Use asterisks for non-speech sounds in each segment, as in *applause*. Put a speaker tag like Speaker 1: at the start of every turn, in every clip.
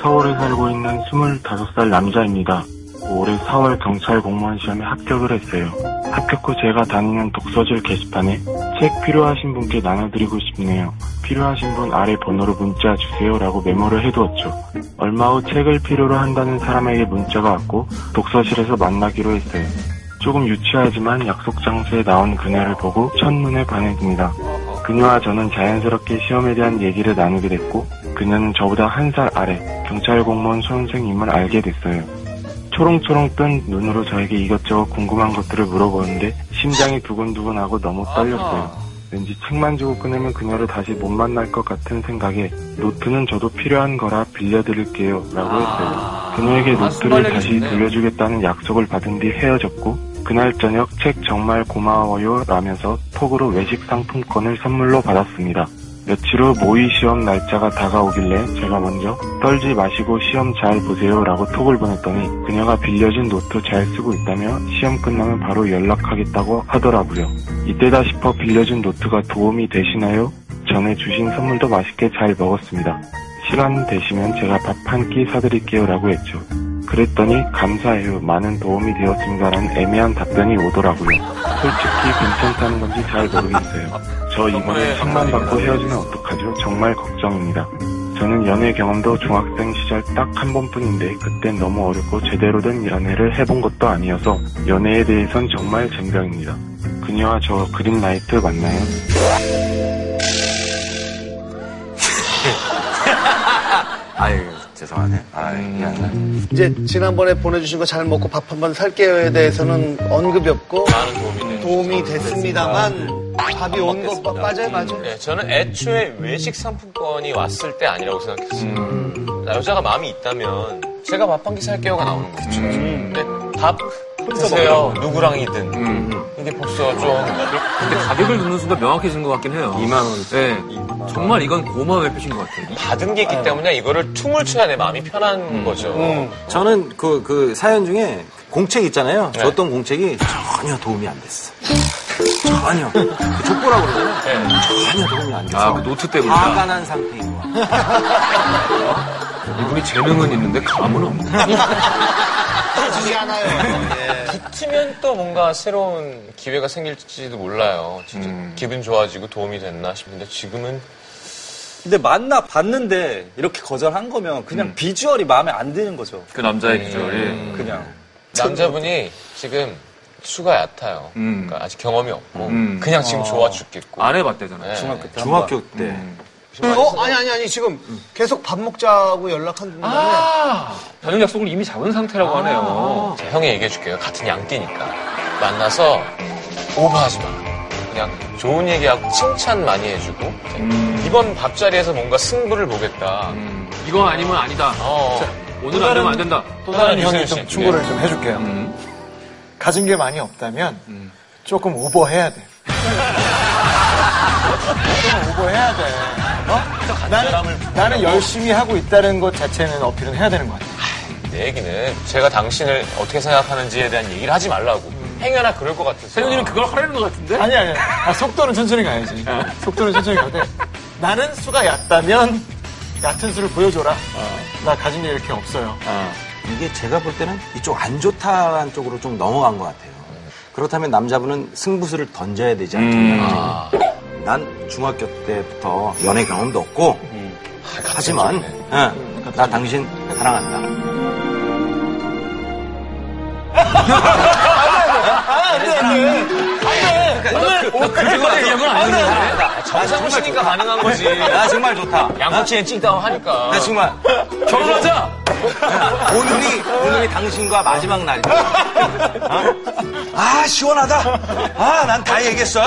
Speaker 1: 서울에 살고 있는 25살 남자입니다. 올해 4월 경찰 공무원 시험에 합격을 했어요. 합격 후 제가 다니는 독서실 게시판에 책 필요하신 분께 나눠드리고 싶네요. 필요하신 분 아래 번호로 문자 주세요라고 메모를 해두었죠. 얼마 후 책을 필요로 한다는 사람에게 문자가 왔고 독서실에서 만나기로 했어요. 조금 유치하지만 약속 장소에 나온 그녀를 보고 첫눈에 반했습니다. 그녀와 저는 자연스럽게 시험에 대한 얘기를 나누게 됐고 그녀는 저보다 한 살 아래 경찰 공무원 선생님을 알게 됐어요. 초롱초롱 뜬 눈으로 저에게 이것저것 궁금한 것들을 물어보는데 심장이 두근두근하고 너무 떨렸어요. 왠지 책만 주고 끊으면 그녀를 다시 못 만날 것 같은 생각에 노트는 저도 필요한 거라 빌려드릴게요
Speaker 2: 아.
Speaker 1: 라고 했어요. 그녀에게 노트를 다시 돌려주겠다는 약속을 받은 뒤 헤어졌고 그날 저녁 책 정말 고마워요 라면서 톡으로 외식 상품권을 선물로 받았습니다. 며칠 후 모의 시험 날짜가 다가오길래 제가 먼저 떨지 마시고 시험 잘 보세요 라고 톡을 보냈더니 그녀가 빌려준 노트 잘 쓰고 있다며 시험 끝나면 바로 연락하겠다고 하더라고요. 이때다 싶어 빌려준 노트가 도움이 되시나요? 전에 주신 선물도 맛있게 잘 먹었습니다. 시간 되시면 제가 밥 한 끼 사드릴게요 라고 했죠. 그랬더니 감사해요 많은 도움이 되었습니다라는 애매한 답변이 오더라고요. 솔직히 괜찮다는 건지 잘 모르겠어요. 저 이번에 상만 받고 헤어지면 어떡하죠? 정말 걱정입니다. 저는 연애 경험도 중학생 시절 딱 한 번뿐인데 그땐 너무 어렵고 제대로 된 연애를 해본 것도 아니어서 연애에 대해선 정말 쟁병입니다. 그녀와 저 그린라이트 맞나요?
Speaker 3: 아유 죄송하네. 아유
Speaker 1: 음.
Speaker 3: 미안해.
Speaker 4: 이제 지난번에 보내주신 거 잘 먹고 밥 한번 살게요에 대해서는 언급이 없고
Speaker 5: 많은 도움이 되는.
Speaker 4: 도움이 됐습니다만 밥이 온 거 맞아요 맞아요
Speaker 5: 네, 저는 애초에 외식 상품권이 왔을 때 아니라고 생각했어요.
Speaker 2: 음.
Speaker 5: 나 여자가 마음이 있다면 제가 밥 한 끼 살게요가 나오는 거죠. 음. 근데 밥 드세요 누구랑이든 이게 복수가 좀
Speaker 2: 근데 가격을 듣는 순간 명확해진 것 같긴 해요.
Speaker 3: 2만 원.
Speaker 2: 네. 정말 이건 고마움의 표시인 것 같아요.
Speaker 5: 받은 게 있기 때문에 이거를 춤을 춰야 내 마음이 편한 거죠. 음.
Speaker 3: 저는 그, 그 사연 중에 공책 있잖아요. 줬던 공책이 전혀 도움이 안 됐어. 전혀. 그 족보라고 그러잖아요. 전혀 도움이 안
Speaker 2: 아, 그
Speaker 3: 됐어.
Speaker 2: 노트 때문이다.
Speaker 3: 화가 난 상태인 거야.
Speaker 2: 이분이 재능은 있는데 감은 없네.
Speaker 4: 밥이 하나요
Speaker 5: 붙으면 또 뭔가 새로운 기회가 생길지도 몰라요. 진짜 기분 좋아지고 도움이 됐나 싶은데 지금은
Speaker 6: 근데 만나 봤는데 이렇게 거절한 거면 그냥 비주얼이 마음에 안 드는 거죠.
Speaker 2: 그
Speaker 3: 네.
Speaker 2: 남자의 비주얼이.
Speaker 6: 그냥.
Speaker 5: 남자분이 지금 수가 얕아요. 그러니까 아직 경험이 없고 그냥 지금 좋아 죽겠고.
Speaker 2: 안 해봤대잖아요.
Speaker 5: 네.
Speaker 6: 중학교 때.
Speaker 3: 중학교 때.
Speaker 4: 어 아니 아니 아니 지금 계속 밥 먹자고 연락한
Speaker 7: 아!
Speaker 4: 다음에
Speaker 2: 아! 저녁 약속을 이미 잡은
Speaker 3: 아.
Speaker 2: 상태라고 하네요.
Speaker 5: 자, 형이 얘기해줄게요. 같은 양띠니까 만나서 오버하지 마. 그냥 좋은 얘기하고 칭찬 많이 해주고 이번 밥자리에서 뭔가 승부를 보겠다.
Speaker 2: 이거 아니면 아니다.
Speaker 5: 어,
Speaker 2: 오늘 안 되면 안 된다.
Speaker 5: 또 다른
Speaker 7: 형이
Speaker 5: 유세윤
Speaker 7: 좀
Speaker 5: 씨.
Speaker 7: 충고를 좀 해줄게요. 음. 가진 게 많이 없다면 조금 오버해야 돼. 조금 오버해야 돼. 어? 나는, 나는 열심히 하고 있다는 것 자체는 어필은 해야 되는 것 같아.
Speaker 5: 네. 내 얘기는 제가 당신을 어떻게 생각하는지에 대한 얘기를 하지 말라고. 행여나 그럴 것 같아서.
Speaker 2: 세윤이는 그걸 하려는 것 같은데?
Speaker 7: 아니, 아니. 아, 속도는 천천히 가야지.
Speaker 2: 아.
Speaker 7: 속도는 천천히 가되 나는 수가 얕다면 얕은 수를 보여줘라.
Speaker 2: 아.
Speaker 7: 나 가진 게 이렇게 없어요.
Speaker 3: 이게 제가 볼 때는 이쪽 안 좋다는 쪽으로 좀 넘어간 것 같아요. 그렇다면 남자분은 승부수를 던져야 되지 않겠냐. 난 중학교 때부터 연애 경험도 없고, 하지만, 예, 나 당신 사랑한다.
Speaker 5: 정상우 씨니까 가능한 거지.
Speaker 3: 나 정말 좋다.
Speaker 5: 양꼬치에 찍다운 하니까.
Speaker 3: 나 정말
Speaker 2: 결혼하자!
Speaker 3: 오늘이 오늘이 당신과 마지막 날이다. 어? 아 시원하다. 아 난 다 얘기했어.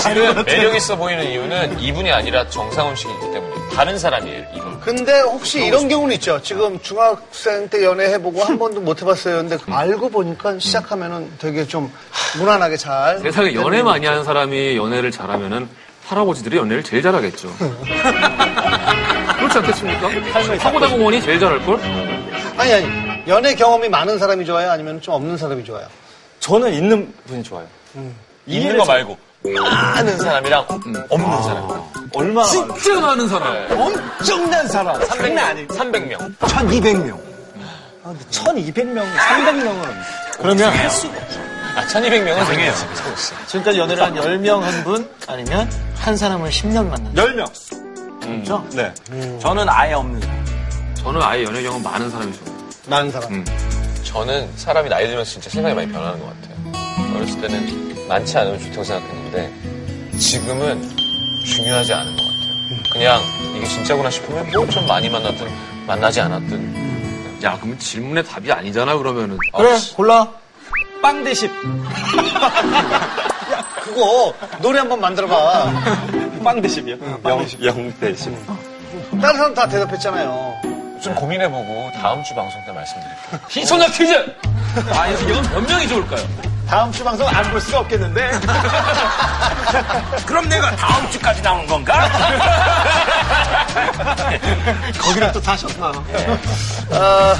Speaker 5: 지금 매력 있어 보이는 이유는 이분이 아니라 정상훈 씨이기 때문에 다른 사람이에요. 이분.
Speaker 4: 근데 혹시 이런 경우는 있죠 지금 중학생 때 연애해보고 한 번도 못 해봤어요 근데
Speaker 2: 음.
Speaker 4: 알고 보니까 시작하면은 되게 좀 무난하게 잘
Speaker 2: 세상에 연애 많이 하는 사람이 연애를 잘하면은 할아버지들이 연애를 제일 잘하겠죠. *laughs* 그렇지 않겠습니까? 파고다 공원이 제일 잘할걸?
Speaker 4: 아니 아니 연애 경험이 많은 사람이 좋아요 아니면 좀 없는 사람이 좋아요
Speaker 6: 저는 있는 분이 좋아요.
Speaker 5: 있는 거 말고. 아는 사람이랑 없는 사람.
Speaker 6: 얼마나
Speaker 2: 진짜 많은 사람.
Speaker 6: 엄청난 사람.
Speaker 5: 300명. 300명.
Speaker 3: 1200명.
Speaker 6: 1200명, 300명은
Speaker 7: 그러면
Speaker 5: 아, 1200명은 되네요.
Speaker 7: 지금까지 연애를 한 10명 한 분, 아니면 한 사람을 10년 만난
Speaker 6: 10명.
Speaker 7: 거죠? 음.
Speaker 6: 네.
Speaker 3: 저는 아예 없는 사람.
Speaker 2: 저는 아예 연애 경험 많은 사람이 좋아요.
Speaker 4: 나는 사람.
Speaker 5: 저는 사람이 나이 들면서 진짜 생각이 많이 변하는 것 같아요. 어렸을 때는 많지 않으면 좋다고 생각했는데 지금은 중요하지 않은 것 같아요. 그냥 이게 진짜구나 싶으면 뭐 좀 많이 만났든 만나지 않았든
Speaker 2: 야, 그럼 질문의 답이 아니잖아, 그러면은.
Speaker 7: 그래, 네, 골라.
Speaker 6: 빵 대십.
Speaker 4: 그거 노래 한번 만들어봐.
Speaker 6: 빵 대십이요?
Speaker 7: 음.
Speaker 6: 영, 영 대십.
Speaker 4: 다른 사람 다 대답했잖아요.
Speaker 5: 좀 고민해보고 다음 주 방송 때 말씀드릴게요.
Speaker 2: 희소녀 퀴즈! 아, 이건 몇 명이 좋을까요?
Speaker 7: 다음 주 방송 안 볼 수가 없겠는데. *laughs*
Speaker 3: 그럼 내가 다음 주까지 나오는 건가?
Speaker 7: 거기를 또 다시 없나.
Speaker 4: 아,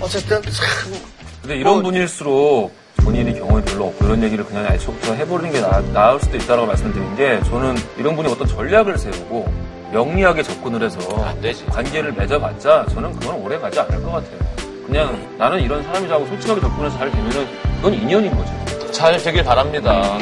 Speaker 4: 어쨌든 참
Speaker 2: 근데
Speaker 5: 어,
Speaker 2: 이런
Speaker 5: 네.
Speaker 2: 분일수록 본인이 경험이 별로 없고 이런 얘기를 그냥 애초부터 해버리는 게 나, 을 수도 있다고 말씀드린 게 저는 이런 분이 어떤 전략을 세우고 영리하게 접근을 해서
Speaker 5: 아, 안 되지.
Speaker 2: 관계를 맺어봤자 저는 그건 오래 가지 않을 것 같아요. 그냥 나는 이런 사람이라고 솔직하게 접근해서 잘 되면은 그건 인연인 거죠.
Speaker 5: 잘 되길 바랍니다.